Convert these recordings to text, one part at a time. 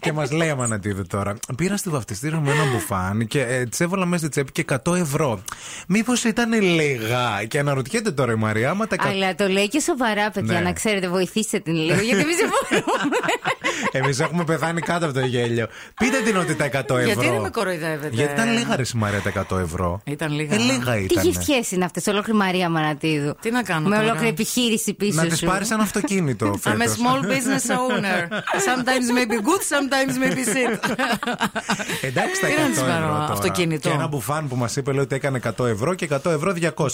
και μας λέει αμανατίδε τώρα. Πήρα στη βαφτιστήρα μου ένα μπουφάν και ε, της έβαλα μέσα στη τσέπη και 100 ευρώ. Μήπως ήταν λίγα. Και αναρωτιέται τώρα η Μαρία, άμα τα κα- Αλλά το λέει και σοβαρά, παιδιά, Ναι. να ξέρετε, βοηθήστε την λίγο, γιατί εμείς δεν μπορούμε. Εμείς έχουμε πεθάνει κάτω από το γέλιο. Πείτε την ότι τα 100 ευρώ. Γιατί δεν με κοροϊδεύετε. Γιατί ήταν λίγα ρε Μαρία τα 100 ευρώ. Ήταν λίγα. Ε, λίγα Τι ήταν. γευτιέ είναι αυτές, ολόκληρη Μαρία Μανατίδου. Τι να κάνω Με τώρα. ολόκληρη επιχείρηση πίσω Να τη σου. πάρεις ένα αυτοκίνητο. I'm a φέτος. small business owner. Sometimes maybe good, sometimes maybe shit. Εντάξει τα 100 Τι να της ευρώ. πάρω, Τώρα. αυτοκίνητο. Και ένα μπουφάν που μας είπε λέει, ότι έκανε 100 ευρώ και 100 ευρώ 200.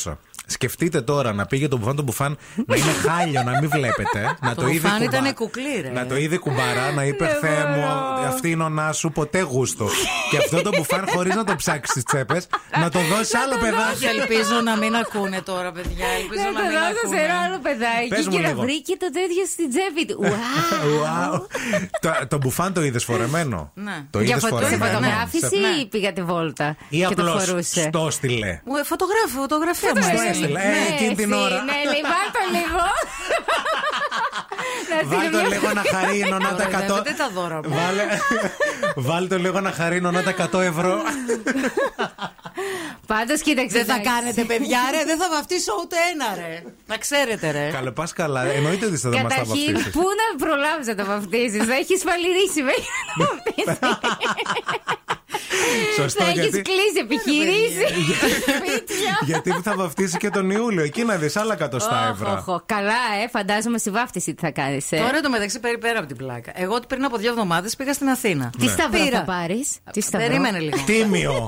Σκεφτείτε τώρα να πήγε το μπουφάν, το μπουφάν να είναι χάλιο, να μην βλέπετε. να Το το είδε μπουφάν κουμπά- ήτανε κουκλί, ρε. Να το είδε κουμπαρά, να είπε Δεν Θεέ μου, μπορώ». αυτή είναι ο να σου, ποτέ γούστο. και αυτό το μπουφάν χωρίς να το ψάξεις στι τσέπες, να το δώσεις άλλο Όχι, παιδάκι. ελπίζω να μην ακούνε τώρα, παιδιά. Ελπίζω Να να το μην δώσω σε ένα ακούνε. άλλο παιδάκι Πες μου και να λίγο. βρήκε το τέτοιο στην τσέπη του. Ουάου! Wow. το, το μπουφάν το είδες φορεμένο. Ναι. Το Για είδες φωτο- φορεμένο. σε Σε- φωτογράφηση Ναι. ή πήγατε βόλτα Ή και το απλώς φορούσε. στο στείλε. Μου, ε, Φωτογράφη, φωτογραφία μου Στο έστειλε. έστειλε. Ναι, Ε, εκείνη την εσύ, ώρα. Ναι, λέει, βάλ' το λίγο. Να Βάλ στείλω το μια- λίγο να χαρίνω να τα Ωραία, 100. δεν τα δώρα μου. Βάλε... Βάλ το λίγο να χαρίνω να τα 100 ευρώ. Πάντως κοίταξε. Δεν θα εντάξει. κάνετε, παιδιά, ρε. Δεν θα βαφτίσω ούτε ένα, ρε. Να ξέρετε, ρε. Καλέ, πας καλά. Εννοείται ότι θα μας τα Καταρχήν, βαφτίσεις. πού να προλάβεις να το βαφτίσει. Θα έχεις φαλυρίσει μέχρι να το βαφτίσεις. Σωστό, Θα έχεις γιατί. κλείσει επιχειρήσεις. Σπίτια. Γιατί θα βαφτίσει και τον Ιούλιο. Εκεί να δεις άλλα 100 ευρώ. Οχ, οχ, Καλά, ε, φαντάζομαι στη βάφτιση τι θα ε. κάνει. Τώρα το μεταξύ παίρνει πέρα από την πλάκα. Εγώ πριν από δύο εβδομάδες πήγα στην Αθήνα. Ναι. Τι σταυρό Πήρα. θα πάρεις. Τι σταυρό. Περίμενε λίγο. Τίμιο.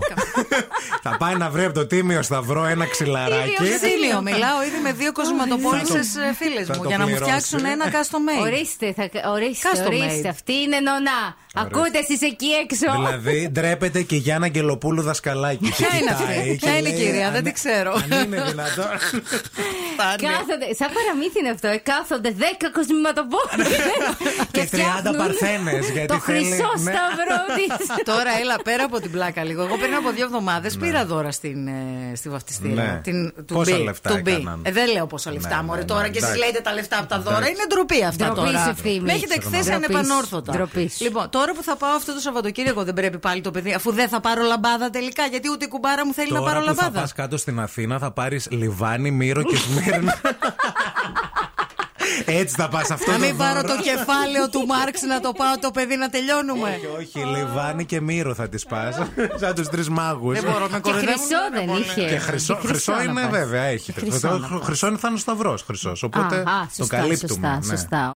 θα πάει να βρει από το τίμιο σταυρό ένα ξυλαράκι. Τίμιο Ξύλιο, μιλάω ήδη με δύο κοσματοπόλησε φίλες θα μου το για να μου πληρώσει. φτιάξουν ένα custom made. Ορίστε, θα, ορίστε, Custom made. ορίστε. Αυτή είναι νονά. Ακούτε εσείς εκεί έξω. Δηλαδή ντρέπεται και η Γιάννα Αγγελοπούλου δασκαλάκι. Ποια Και είναι αυτή? κοιτάει και Ποια είναι η λέει, κυρία? αν- Δεν τη ξέρω. Αν είναι δυνατόν. Φτάνει. Κάθονται, σαν παραμύθι είναι αυτό, ε, κάθονται 10 κοσμηματοπόλοι Και 30 παρθένες, γιατί Το θέλει- χρυσό ναι. σταυρό της. Τώρα έλα πέρα από την πλάκα λίγο. Εγώ πριν από δύο εβδομάδες πήρα δώρα στην, ε, στη βαφτιστήρα. Ναι. Την, to Πόσα be, λεφτά to be. έκαναν? Ε, δεν λέω πόσα λεφτά, Ναι, μωρέ. ναι, τώρα ναι, και εσεί εντάξει. λέτε τα λεφτά από τα δώρα. Εντάξει. Είναι ντροπή αυτά Ντροπή τώρα. σου, Ευθύμη. Με έχετε εκθέσει Ντροπή σου. ανεπανόρθωτα. Ντροπής σου. Λοιπόν, τώρα που θα πάω αυτό το Σαββατοκύριακο δεν πρέπει πάλι το παιδί, αφού δεν θα πάρω λαμπάδα τελικά, γιατί ούτε η κουμπάρα μου θέλει να Τώρα πάρω που θα λαμπάδα. πας κάτω στην Αθήνα θα πάρεις Λιβάνι, Μύρο και Σμύρνη Έτσι θα πας αυτό Να το μην πάρω δώρο. το κεφάλαιο του Μάρξ να το πάω το παιδί να τελειώνουμε. Και όχι, Λιβάνι και Μύρο θα τις πας Σαν τους τρεις μάγους Δεν μπορώ, με Και κοροϊδεύουν ναι, χρυσό πάρα δεν πολύ. είχε. και χρυσό, Και χρυσό να είναι πας. βέβαια, έχει. Και χρυσό να πας. Χρυσό είναι θα είναι ο σταυρό. Οπότε Α, α, το σωστά, καλύπτουμε. σωστά, ναι. σωστά.